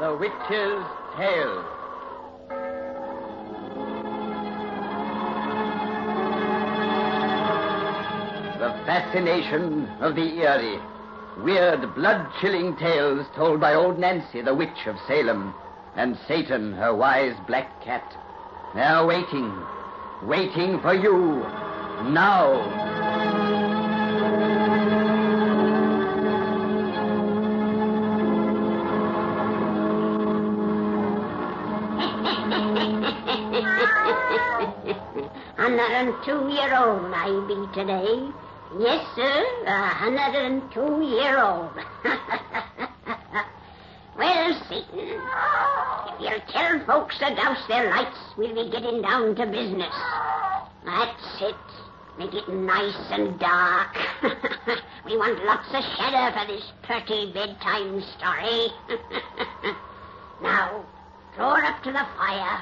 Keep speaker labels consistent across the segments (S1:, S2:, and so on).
S1: The Witch's Tale. The fascination of the eerie. Weird, blood chilling tales told by old Nancy, the witch of Salem, and Satan, her wise black cat. They're waiting, waiting for you now.
S2: Hundred and two year old I be today. Yes, sir, a hundred and two year old. well, Satan, if you'll tell folks to douse their lights, we'll be getting down to business. That's it. Make it nice and dark. we want lots of shadow for this pretty bedtime story. now, draw up to the fire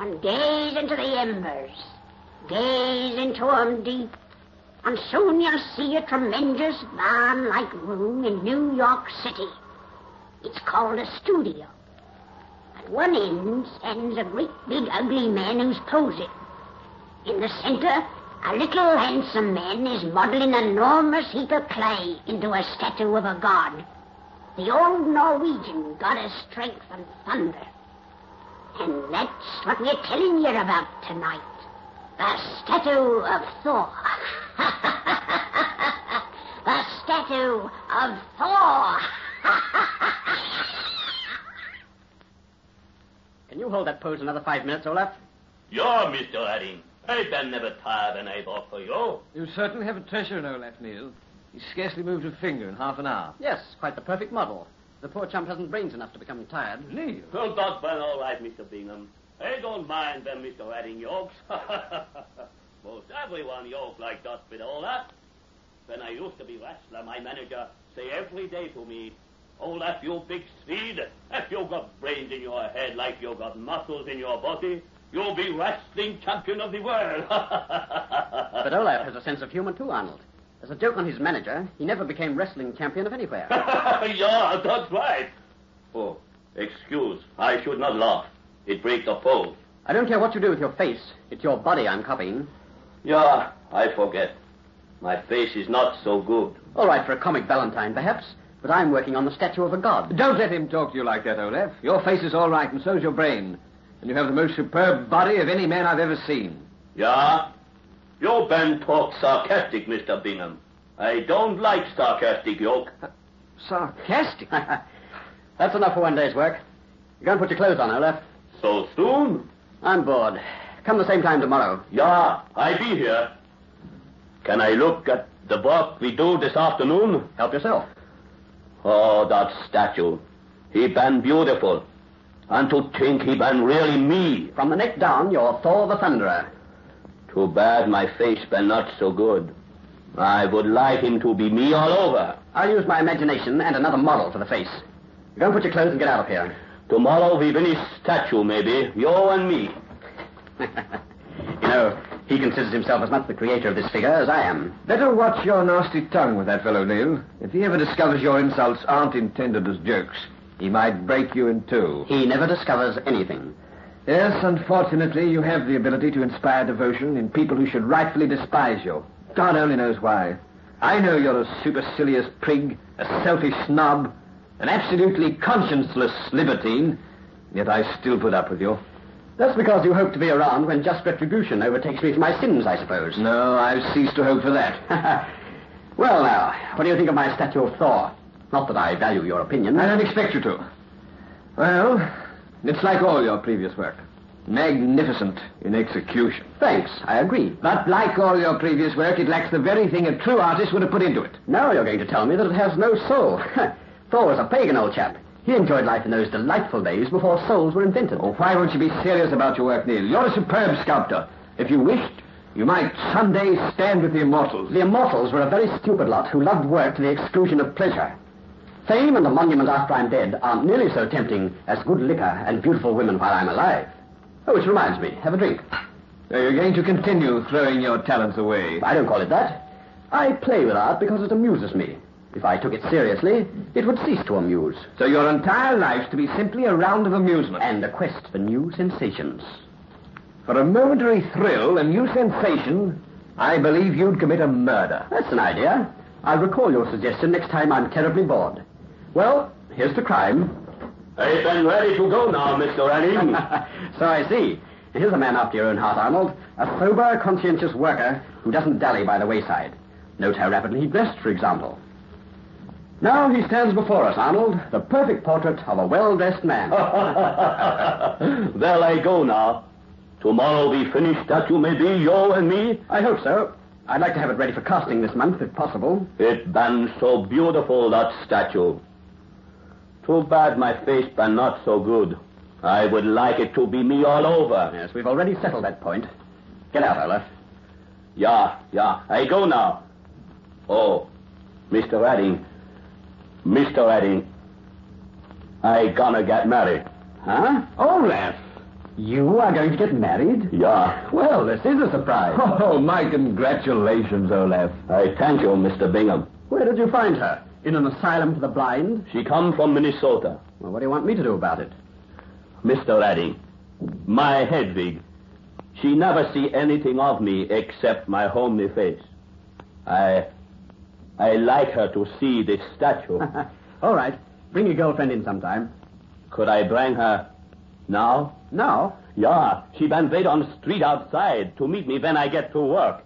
S2: and gaze into the embers. Gaze into 'em deep, and soon you'll see a tremendous barn-like room in New York City. It's called a studio. At one end stands a great big ugly man who's posing. In the center, a little handsome man is modeling an enormous heap of clay into a statue of a god. The old Norwegian goddess strength and thunder. And that's what we're telling you about tonight. The statue of Thor. the statue of Thor.
S1: Can you hold that pose another five minutes, Olaf?
S3: You're Mr. Hadding. I been never tired and I've offer you.
S4: You certainly have a treasure in Olaf Neal. He's scarcely moved a finger in half an hour.
S1: Yes, quite the perfect model. The poor chump hasn't brains enough to become tired.
S4: Neal?
S3: Well, that's been all right, Mr. Bingham. I don't mind them Mr. Hadding yokes. Most everyone yoke like that with all that. When I used to be wrestler, my manager say every day to me, Olaf, you big Swede, if you got brains in your head like you got muscles in your body, you'll be wrestling champion of the world.
S1: But Olaf has a sense of humor, too, Arnold. As a joke on his manager, he never became wrestling champion of anywhere.
S3: yeah, that's right. Oh, excuse. I should not laugh. It breaks the pose.
S1: I don't care what you do with your face. It's your body I'm copying.
S3: Yeah, I forget. My face is not so good.
S1: All right for a comic Valentine, perhaps, but I'm working on the statue of a god.
S4: Don't let him talk to you like that, Olaf. Your face is all right, and so's your brain. And you have the most superb body of any man I've ever seen.
S3: Yeah? You Ben talk sarcastic, Mr. Bingham. I don't like sarcastic yoke.
S4: Sarcastic.
S1: That's enough for one day's work. You go and put your clothes on, Olaf.
S3: So soon?
S1: I'm bored. Come the same time tomorrow.
S3: Yeah, I be here. Can I look at the work we do this afternoon?
S1: Help yourself.
S3: Oh, that statue. He been beautiful. And to think he been really me.
S1: From the neck down, you're Thor the Thunderer.
S3: Too bad my face been not so good. I would like him to be me all over.
S1: I'll use my imagination and another model for the face. Go and put your clothes and get out of here.
S3: Tomorrow we finish statue, maybe. You and me.
S1: you know, he considers himself as much the creator of this figure as I am.
S4: Better watch your nasty tongue with that fellow, Neil. If he ever discovers your insults aren't intended as jokes, he might break you in two.
S1: He never discovers anything.
S4: Yes, unfortunately, you have the ability to inspire devotion in people who should rightfully despise you. God only knows why. I know you're a supercilious prig, a selfish snob, an absolutely conscienceless libertine, yet I still put up with you.
S1: That's because you hope to be around when just retribution overtakes me for my sins, I suppose.
S4: No, I've ceased to hope for that.
S1: well, now, what do you think of my statue of Thor? Not that I value your opinion.
S4: I don't expect you to. Well, it's like all your previous work. Magnificent in execution.
S1: Thanks, I agree.
S4: But like all your previous work, it lacks the very thing a true artist would have put into it.
S1: Now you're going to tell me that it has no soul. Thor was a pagan old chap. He enjoyed life in those delightful days before souls were invented.
S4: Oh, why won't you be serious about your work, Neil? You're a superb sculptor. If you wished, you might someday stand with the immortals.
S1: The immortals were a very stupid lot who loved work to the exclusion of pleasure. Fame and a monument after I'm dead aren't nearly so tempting as good liquor and beautiful women while I'm alive. Oh, which reminds me, have a drink.
S4: So you're going to continue throwing your talents away.
S1: I don't call it that. I play with art because it amuses me.
S5: If I took it seriously, it would cease to amuse. So your entire life's to be simply a round of amusement.
S4: and a quest for new sensations.
S5: For a momentary thrill, a new sensation, I believe you'd commit a murder.
S4: That's an idea. I'll recall your suggestion next time I'm terribly bored. Well, here's the crime.
S3: I've been ready to go now, Mr. Redding.
S4: so I see. Here's a man after your own heart, Arnold. A sober, conscientious worker who doesn't dally by the wayside. Note how rapidly he dressed, for example. Now he stands before us, Arnold, the perfect portrait of a well-dressed man.
S3: well, I go now. Tomorrow we finish that you may be, you and me.
S4: I hope so. I'd like to have it ready for casting this month, if possible.
S3: It been so beautiful, that statue. Too bad my face been not so good. I would like it to be me all over.
S4: Yes, we've already settled that point. Get out, Olaf.
S3: Yeah, yeah, I go now. Oh, Mr. Redding. Mr. Redding. I gonna get married.
S4: Huh? Olaf! You are going to get married?
S3: Yeah.
S4: Well, this is a surprise. Oh,
S5: Oh, my congratulations, Olaf.
S3: I thank you, Mr. Bingham.
S4: Where did you find her? In an asylum for the blind?
S3: She come from Minnesota.
S4: Well, what do you want me to do about it?
S3: Mr. Redding, my Hedwig, she never see anything of me except my homely face. I, I like her to see this statue.
S4: All right. Bring your girlfriend in sometime.
S3: Could I bring her now?
S4: Now?
S3: Yeah, she been wait on the street outside to meet me when I get to work.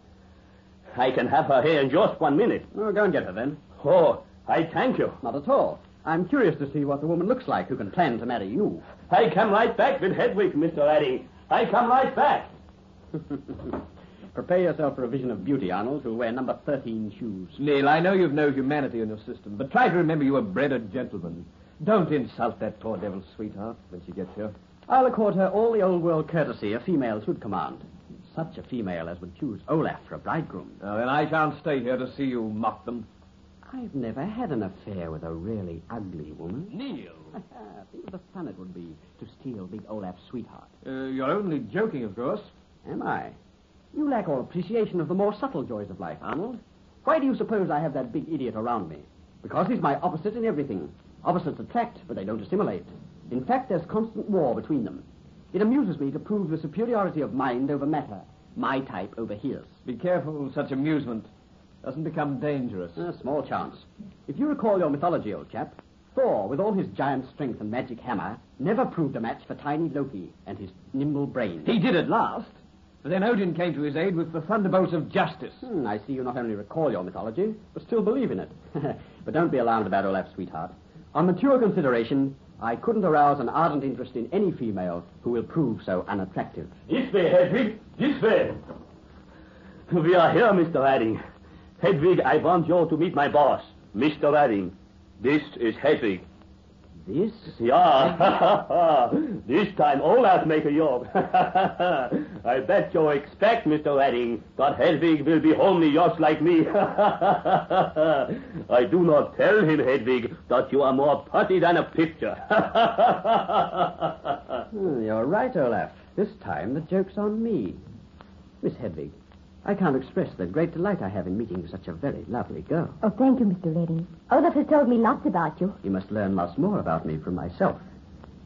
S3: I can have her here in just one minute.
S4: Oh, go and get her then.
S3: Oh, I thank you.
S4: Not at all. I'm curious to see what the woman looks like who can plan to marry you.
S3: I come right back with Hedwig, Mr. Redding. I come right back.
S4: Prepare yourself for a vision of beauty, Arnold, who'll wear number 13 shoes.
S5: Neil, I know you've no humanity in your system, but try to remember you were bred a gentleman. Don't insult that poor devil's sweetheart when she gets here.
S4: I'll accord her all the old world courtesy a female should command. Such a female as would choose Olaf for a bridegroom.
S5: Now, then, I shan't stay here to see you mock them.
S4: I've never had an affair with a really ugly woman.
S5: Neil!
S4: Think of the fun it would be to steal big Olaf's sweetheart.
S5: Uh, you're only joking, of course.
S4: Am I? You lack all appreciation of the more subtle joys of life, Arnold. Why do you suppose I have that big idiot around me? Because he's my opposite in everything. Opposites attract, but they don't assimilate. In fact, there's constant war between them. It amuses me to prove the superiority of mind over matter, my type over his.
S5: Be careful, such amusement doesn't become dangerous.
S4: A small chance. If you recall your mythology, old chap, Thor, with all his giant strength and magic hammer, never proved a match for tiny Loki and his nimble brain.
S5: He did at last, but then Odin came to his aid with the thunderbolts of justice.
S4: Hmm, I see you not only recall your mythology, but still believe in it. but don't be alarmed about Olaf, sweetheart. On mature consideration, I couldn't arouse an ardent interest in any female who will prove so unattractive.
S3: This way, Hedwig. This way. We are here, Mr. Redding. Hedwig, I want you to meet my boss, Mr. Redding. This is Hedwig.
S4: This?
S3: Yeah. this time Olaf make a joke. I bet you expect, Mr. Redding, but Hedwig will be homely just like me. I do not tell him, Hedwig, that you are more putty than a picture.
S4: Hmm, you're right, Olaf. This time the joke's on me. Miss Hedwig, I can't express the great delight I have in meeting such a very lovely girl.
S6: Oh, thank you, Mr. Redding. Olaf Oh, has told me lots about you.
S4: You must learn lots more about me from myself.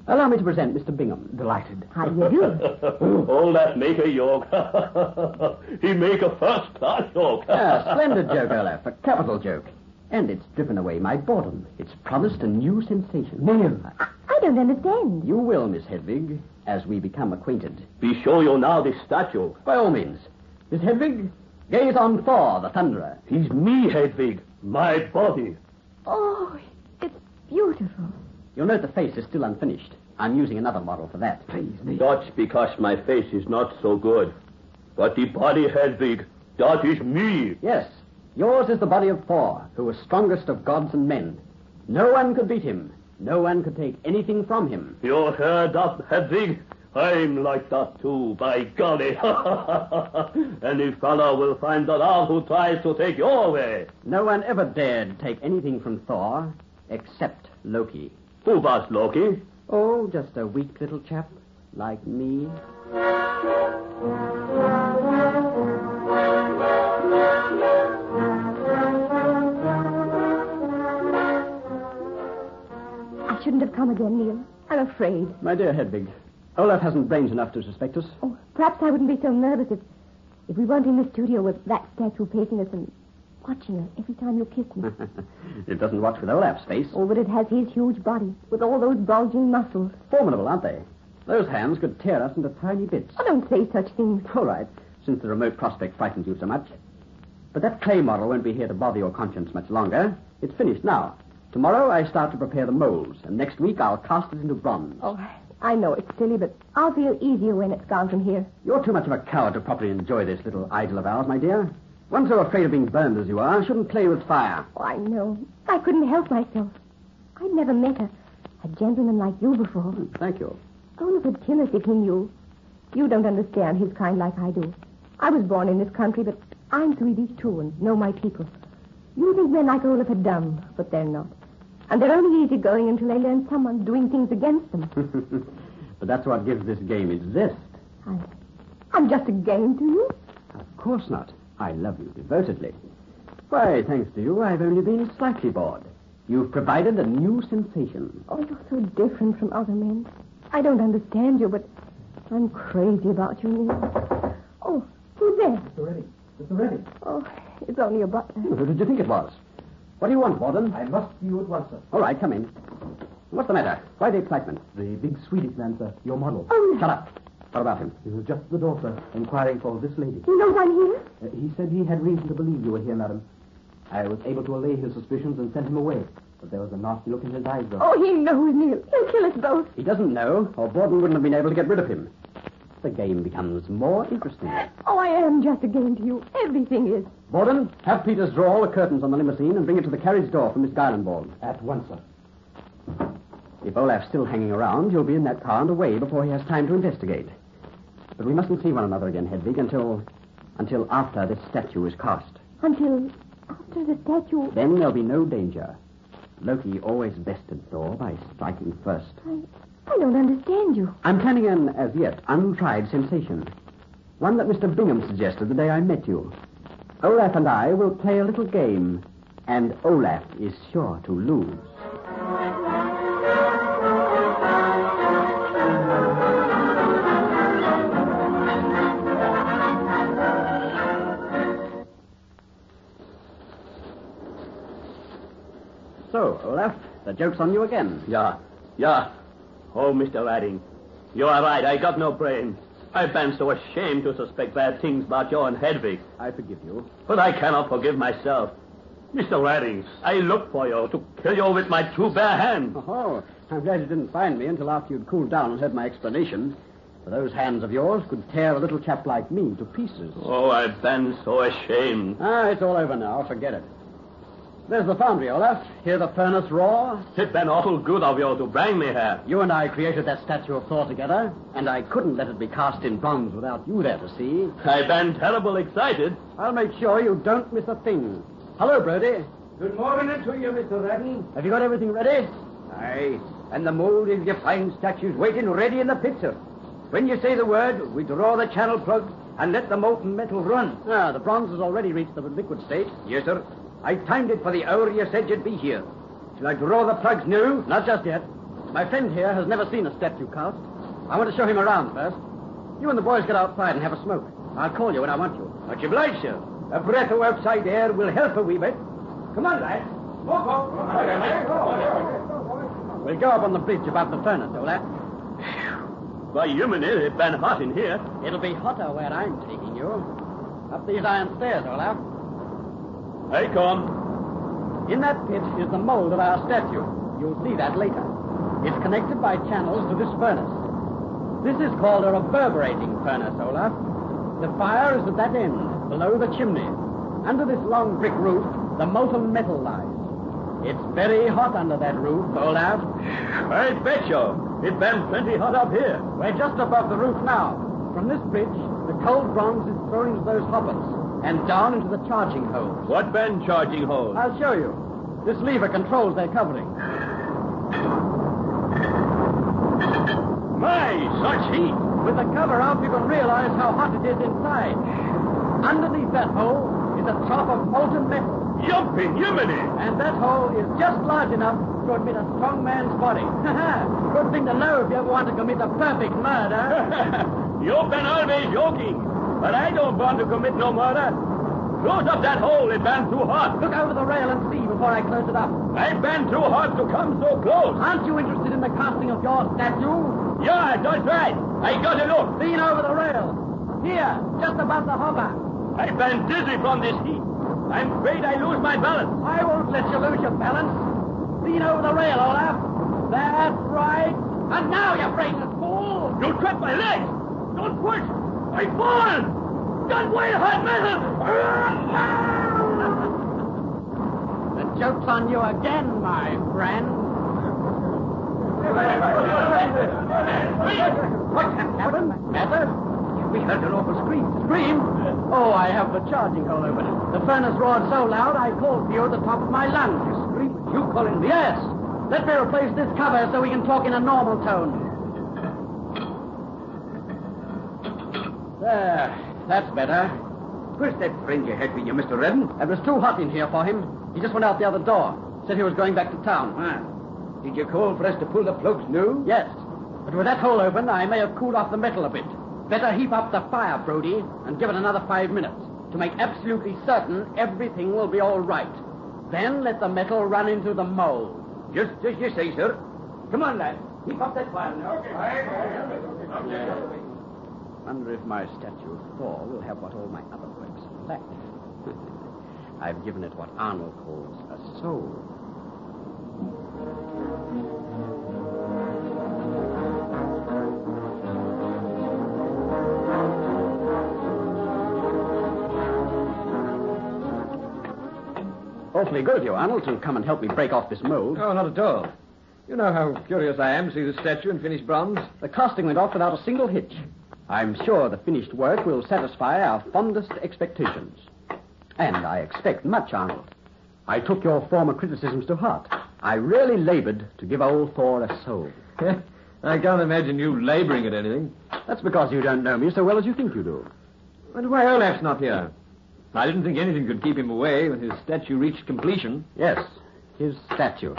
S4: Allow me to present Mr. Bingham. Delighted.
S6: How do you do?
S3: All that make a yoke. he make a first class yoke.
S4: A splendid joke, Olaf. A capital joke. And it's driven away my boredom. It's promised a new sensation. Neil!
S6: I don't understand.
S4: You will, Miss Hedvig, as we become acquainted.
S3: we show you now this statue.
S4: By all means. Miss Hedvig, gaze on Thor, the Thunderer.
S3: He's me, Hedwig. My body.
S6: Oh, it's beautiful.
S4: You'll note the face is still unfinished. I'm using another model for that. Please, Neil.
S3: That's because my face is not so good. But the body, Hedwig, that is me.
S4: Yes, yours is the body of Thor, who was strongest of gods and men. No one could beat him. No one could take anything from him.
S3: You heard that, Hedwig? I'm like that too, by golly. Any fellow will find that out who tries to take your way.
S4: No one ever dared take anything from Thor except Loki.
S3: Who was Loki?
S4: Oh, just a weak little chap like me.
S6: come again, Neil. I'm afraid.
S4: My dear Hedwig, Olaf hasn't brains enough to suspect us.
S6: Oh, perhaps I wouldn't be so nervous if, if we weren't in the studio with that statue facing us and watching us every time you kiss me.
S4: it doesn't watch with Olaf's face.
S6: oh, but it has his huge body with all those bulging muscles.
S4: Formidable, aren't they? Those hands could tear us into tiny bits.
S6: Oh, don't say such things.
S4: All right, since the remote prospect frightens you so much. But that clay model won't be here to bother your conscience much longer. It's finished now. Tomorrow I start to prepare the molds, and next week I'll cast it into bronze.
S6: Oh, I know it's silly, but I'll feel easier when it's gone from here.
S4: You're too much of a coward to properly enjoy this little idol of ours, my dear. One so afraid of being burned as you are shouldn't play with fire.
S6: Oh, I know. I couldn't help myself. I'd never met a, a gentleman like you before.
S4: Thank you.
S6: Olaf would kill us if he knew. You don't understand his kind like I do. I was born in this country, but I'm Swedish too and know my people. You think men like Olaf are dumb, but they're not. And they're only easygoing until they learn someone's doing things against them.
S4: but that's what gives this game its zest.
S6: I, I'm just a game to you.
S4: Of course not. I love you devotedly. Why, thanks to you, I've only been slightly bored. You've provided a new sensation.
S6: Oh, you're so different from other men. I don't understand you, but I'm crazy about you, Neil. Oh, who's there?
S7: Mr. Redding. Mr. Redding.
S6: Oh, it's only a butler.
S4: Who did you think it was? What do you want, Warden?
S7: I must see you at once, sir.
S4: All right, come in. What's the matter? Why the excitement?
S7: The big Swedish man, sir. Your model.
S6: Oh,
S4: Shut up. What about him?
S7: He was just at the door, sir, inquiring for this lady.
S6: you know I'm here?
S7: Uh, he said he had reason to believe you were here, madam. I was able to allay his suspicions and sent him away. But there was a nasty look in his eyes, though.
S6: Oh, he knows, Neil. He'll kill us both.
S4: He doesn't know, or Borden wouldn't have been able to get rid of him. The game becomes more interesting.
S6: Oh, I am just a game to you. Everything is.
S4: Borden, have Peters draw all the curtains on the limousine and bring it to the carriage door for Miss Dylenborn.
S7: At once, sir.
S4: If Olaf's still hanging around, he'll be in that car and away before he has time to investigate. But we mustn't see one another again, Hedvig, until until after this statue is cast.
S6: Until after the statue.
S4: Then there'll be no danger. Loki always bested Thor by striking first.
S6: I, I don't understand you.
S4: I'm planning an, as yet, untried sensation. One that Mr. Bingham suggested the day I met you. Olaf and I will play a little game, and Olaf is sure to lose. So, Olaf, the joke's on you again.
S3: Yeah, yeah. Oh, Mr. Redding, you are right. I got no brains. I've been so ashamed to suspect bad things about you and Hedwig,
S4: I forgive you.
S3: but I cannot forgive myself. Mr. Redding, I looked for you to kill you with my two bare hands.
S4: Oh, I'm glad you didn't find me until after you'd cooled down and heard my explanation. For those hands of yours could tear a little chap like me to pieces.
S3: Oh, I've been so ashamed.
S4: Ah, it's all over now. Forget it. There's the foundry, Olaf. Hear the furnace roar?
S3: It's been awful good of you to bring me here.
S4: You and I created that statue of Thor together, and I couldn't let it be cast in bronze without you there to see.
S3: I've been terrible excited.
S4: I'll make sure you don't miss a thing. Hello, Brody.
S5: Good morning to you, Mr. Redding.
S4: Have you got everything ready?
S5: Aye, and the mold is your fine statues waiting ready in the pit, sir. When you say the word, we draw the channel plug and let the molten metal run.
S4: Ah, the bronze has already reached the liquid state.
S5: Yes, sir. I timed it for the hour you said you'd be here. Shall I draw the plugs now?
S4: Not just yet. My friend here has never seen a statue cast. I want to show him around first. You and the boys get outside and have a smoke. I'll call you when I want you.
S5: Much obliged, sir. A breath of outside air will help a wee bit. Come on, lad. Walk up.
S4: We'll go up on the bridge above the furnace, Olaf.
S3: Why, you mean it? It's been hot in here.
S4: It'll be hotter where I'm taking you. Up these iron stairs, Olaf.
S3: I come.
S4: In that pit is the mold of our statue. You'll see that later. It's connected by channels to this furnace. This is called a reverberating furnace, Olaf. The fire is at that end, below the chimney. Under this long brick roof, the molten metal lies. It's very hot under that roof, Olaf.
S3: I bet you. It's been plenty hot up here.
S4: We're just above the roof now. From this bridge, the cold bronze is thrown into those hoppers and down into the charging holes.
S3: What been charging hole?
S4: I'll show you. This lever controls their covering.
S3: My, such heat.
S4: With the cover up, you can realize how hot it is inside. Underneath that hole is a trough of molten metal.
S3: Jumping Yemeni!
S4: And that hole is just large enough to admit a strong man's body. Good thing to know if you ever want to commit a perfect murder.
S3: you been always joking, but I don't want to commit no murder. Close up that hole, it been too hot.
S4: Look over the rail and see before I close it up.
S3: It been too hot to come so close.
S4: Aren't you interested in the casting of your statue?
S3: Yeah, that's right. I got to look.
S4: Lean over the rail. Here, just above the hopper.
S3: I've been dizzy from this heat. I'm afraid I lose my balance.
S4: I won't let you lose your balance. Lean over the rail, Olaf. That's right. And now, you brazen fool!
S3: You trap my legs. Don't push. I fall. Don't wait, hot metal.
S4: The joke's on you again, my friend. What happened? Matter? We heard an awful scream. Scream? Oh, I have the charging hole open. The furnace roared so loud I called for you at the top of my lungs. You scream? You calling me? Yes. Let me replace this cover so we can talk in a normal tone. There. That's better. Where's that friend you had with you, Mr. Redden? It was too hot in here for him. He just went out the other door. Said he was going back to town.
S5: Did you call for us to pull the floats new?
S4: Yes. But with that hole open, I may have cooled off the metal a bit. Better heap up the fire, Brody, and give it another five minutes to make absolutely certain everything will be all right. Then let the metal run into the mold.
S5: Just as you say, sir.
S4: Come on, lad. Heap up that fire now. Wonder if my statue of Thor will have what all my other works lack. I've given it what Arnold calls a soul. Awfully good of you, Arnold, to come and help me break off this mold.
S5: Oh, not at all. You know how curious I am to see the statue in finished bronze.
S4: The casting went off without a single hitch. I'm sure the finished work will satisfy our fondest expectations. And I expect much, Arnold. I took your former criticisms to heart. I really labored to give old Thor a soul.
S5: I can't imagine you labouring at anything.
S4: That's because you don't know me so well as you think you do.
S5: Wonder why Olaf's not here. I didn't think anything could keep him away when his statue reached completion.
S4: Yes, his statue.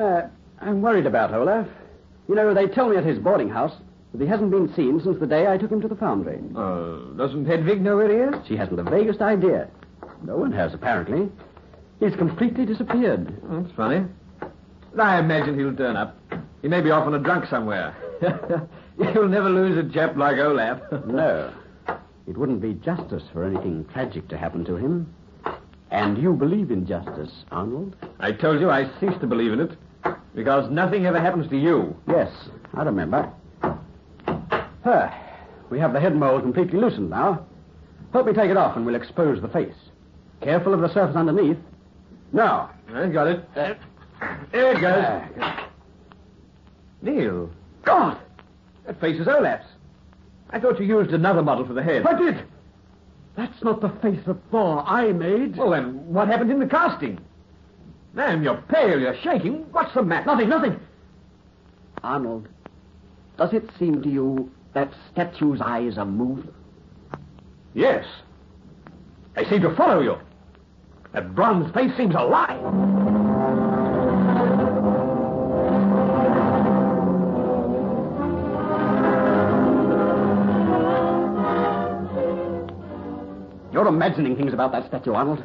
S4: Uh, I'm worried about Olaf. You know, they tell me at his boarding house that he hasn't been seen since the day I took him to the foundry.
S5: Uh, doesn't Hedvig know where he is?
S4: She hasn't the vaguest idea. No one has, apparently. He's completely disappeared.
S5: That's funny. I imagine he'll turn up. He may be off on a drunk somewhere. You'll never lose a chap like Olaf.
S4: No. It wouldn't be justice for anything tragic to happen to him. And you believe in justice, Arnold?
S5: I told you I ceased to believe in it because nothing ever happens to you.
S4: Yes, I remember. Huh. We have the head mold completely loosened now. Help me take it off and we'll expose the face. Careful of the surface underneath. Now,
S5: I got it. there it goes.
S4: Ah,
S5: Neil. God! That face is Olaf's. I thought you used another model for the head.
S4: I did. That's not the face of Thor I made.
S5: Well, then, what happened in the casting? Man, you're pale, you're shaking. What's the matter?
S4: Nothing, nothing. Arnold, does it seem to you that statue's eyes are moved?
S5: Yes. I seem to follow you. That bronze face seems alive.
S4: You're imagining things about that statue, Arnold.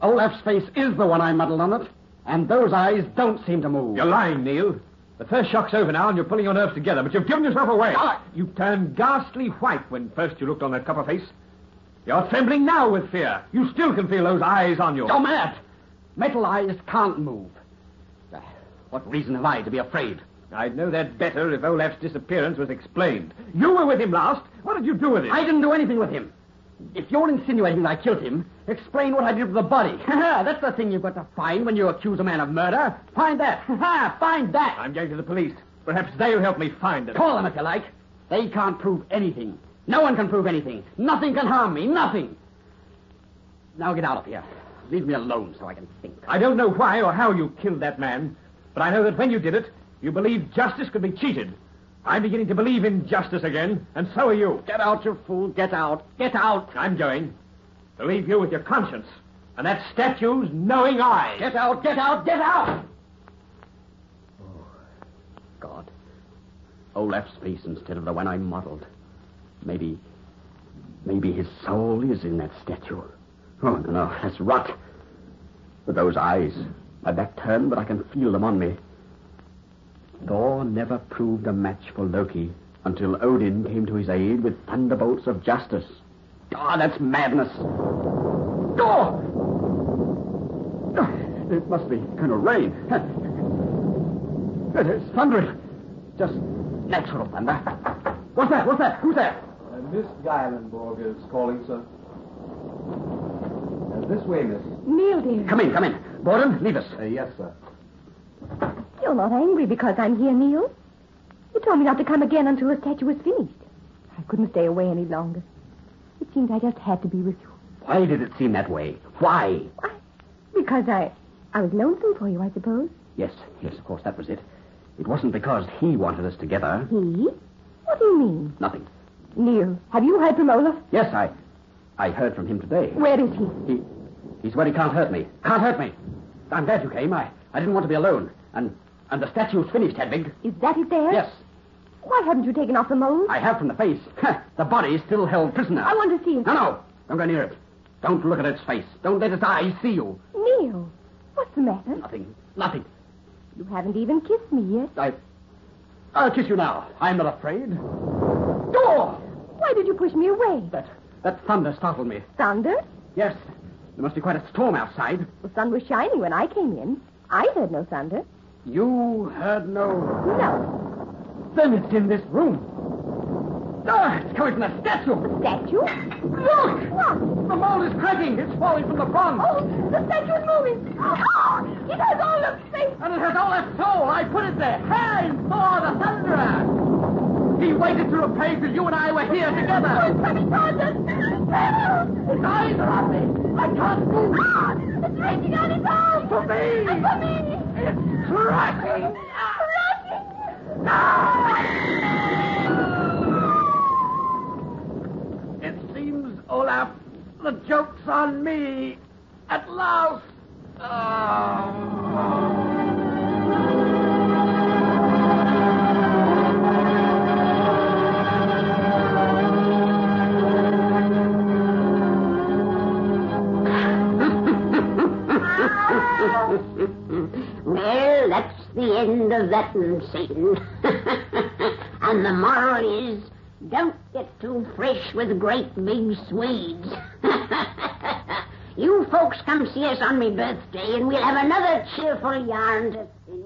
S4: Olaf's face is the one I modeled on it, and those eyes don't seem to move.
S5: You're lying, Neil. The first shock's over now, and you're pulling your nerves together, but you've given yourself away.
S4: Ah!
S5: You turned ghastly white when first you looked on that copper face. You're trembling now with fear. You still can feel those eyes on you.
S4: You're mad. Metal eyes can't move. Ah, What reason have I to be afraid?
S5: I'd know that better if Olaf's disappearance was explained. You were with him last. What did you do with it?
S4: I didn't do anything with him. If you're insinuating that I killed him, explain what I did with the body. That's the thing you've got to find when you accuse a man of murder. Find that. find that.
S5: I'm going to the police. Perhaps they'll help me find it.
S4: Call them if you like. They can't prove anything. No one can prove anything. Nothing can harm me. Nothing. Now get out of here. Leave me alone so I can think.
S5: I don't know why or how you killed that man, but I know that when you did it, you believed justice could be cheated. I'm beginning to believe in justice again, and so are you.
S4: Get out, you fool. Get out. Get out.
S5: I'm going. To leave you with your conscience.
S8: And that statue's knowing eyes.
S4: Get out, get out, get out! Oh, God. Olaf's face instead of the one I modeled. Maybe. Maybe his soul is in that statue. Oh, no, no, that's rot. But those eyes, my back turned, but I can feel them on me. Thor never proved a match for Loki until Odin came to his aid with thunderbolts of justice. Ah, that's madness. Thor! Oh, It must be going to rain. It is thundering. Just natural thunder. What's that? What's that? Who's there?
S7: Uh, Miss Geilenborg is calling, sir. Uh, this way, miss.
S6: Neil, dear.
S4: Come in, come in. Borden, leave us.
S7: Uh, yes, sir.
S6: You're not angry because I'm here, Neil. You told me not to come again until the statue was finished. I couldn't stay away any longer. It seems I just had to be with you.
S4: Why did it seem that way? Why?
S6: Why? Because I, I was lonesome for you, I suppose.
S4: Yes, yes, of course, that was it. It wasn't because he wanted us together.
S6: He? What do you mean?
S4: Nothing.
S6: Neil, have you heard from Olaf?
S4: Yes, I. I heard from him today.
S6: Where is he?
S4: He. He's where he can't hurt me. Can't hurt me. I'm glad you came. I, I didn't want to be alone. And. And the statue's finished, Hedvig.
S6: Is that it there?
S4: Yes,
S6: Why haven't you taken off the mold?
S4: I have from the face. the body is still held prisoner.
S6: I want to see it.
S4: No, no. Don't go near it. Don't look at its face. Don't let its eyes see you.
S6: Neil, what's the matter?
S4: Nothing. Nothing.
S6: You haven't even kissed me yet.
S4: I. I'll kiss you now. I'm not afraid. Door!
S6: Why did you push me away?
S4: That. That thunder startled me.
S6: Thunder?
S4: Yes. There must be quite a storm outside.
S6: The sun was shining when I came in. I heard no thunder.
S4: You heard no.
S6: No.
S4: Then it's in this room. Ah, it's coming from the statue.
S6: Statue?
S4: Look!
S6: What?
S4: The mold is cracking. It's falling from the bronze.
S6: Oh, the statue is moving. Oh, it has all of face.
S4: And it has all that soul. I put it there. Hey, Thor the Thunderer. He waited to repay till you and I were here
S6: Oh,
S4: together.
S6: it's coming towards us. Help!
S4: His eyes are on me. I can't move.
S6: Ah, it's raging on its own.
S4: For me.
S6: And for me. Ah,
S4: It's cracking.
S6: Rocky.
S4: It seems, Olaf, the joke's on me. At last.
S2: well, that's the end of that one, Satan. and the moral is don't get too fresh with great big Swedes. you folks come see us on my birthday, and we'll have another cheerful yarn to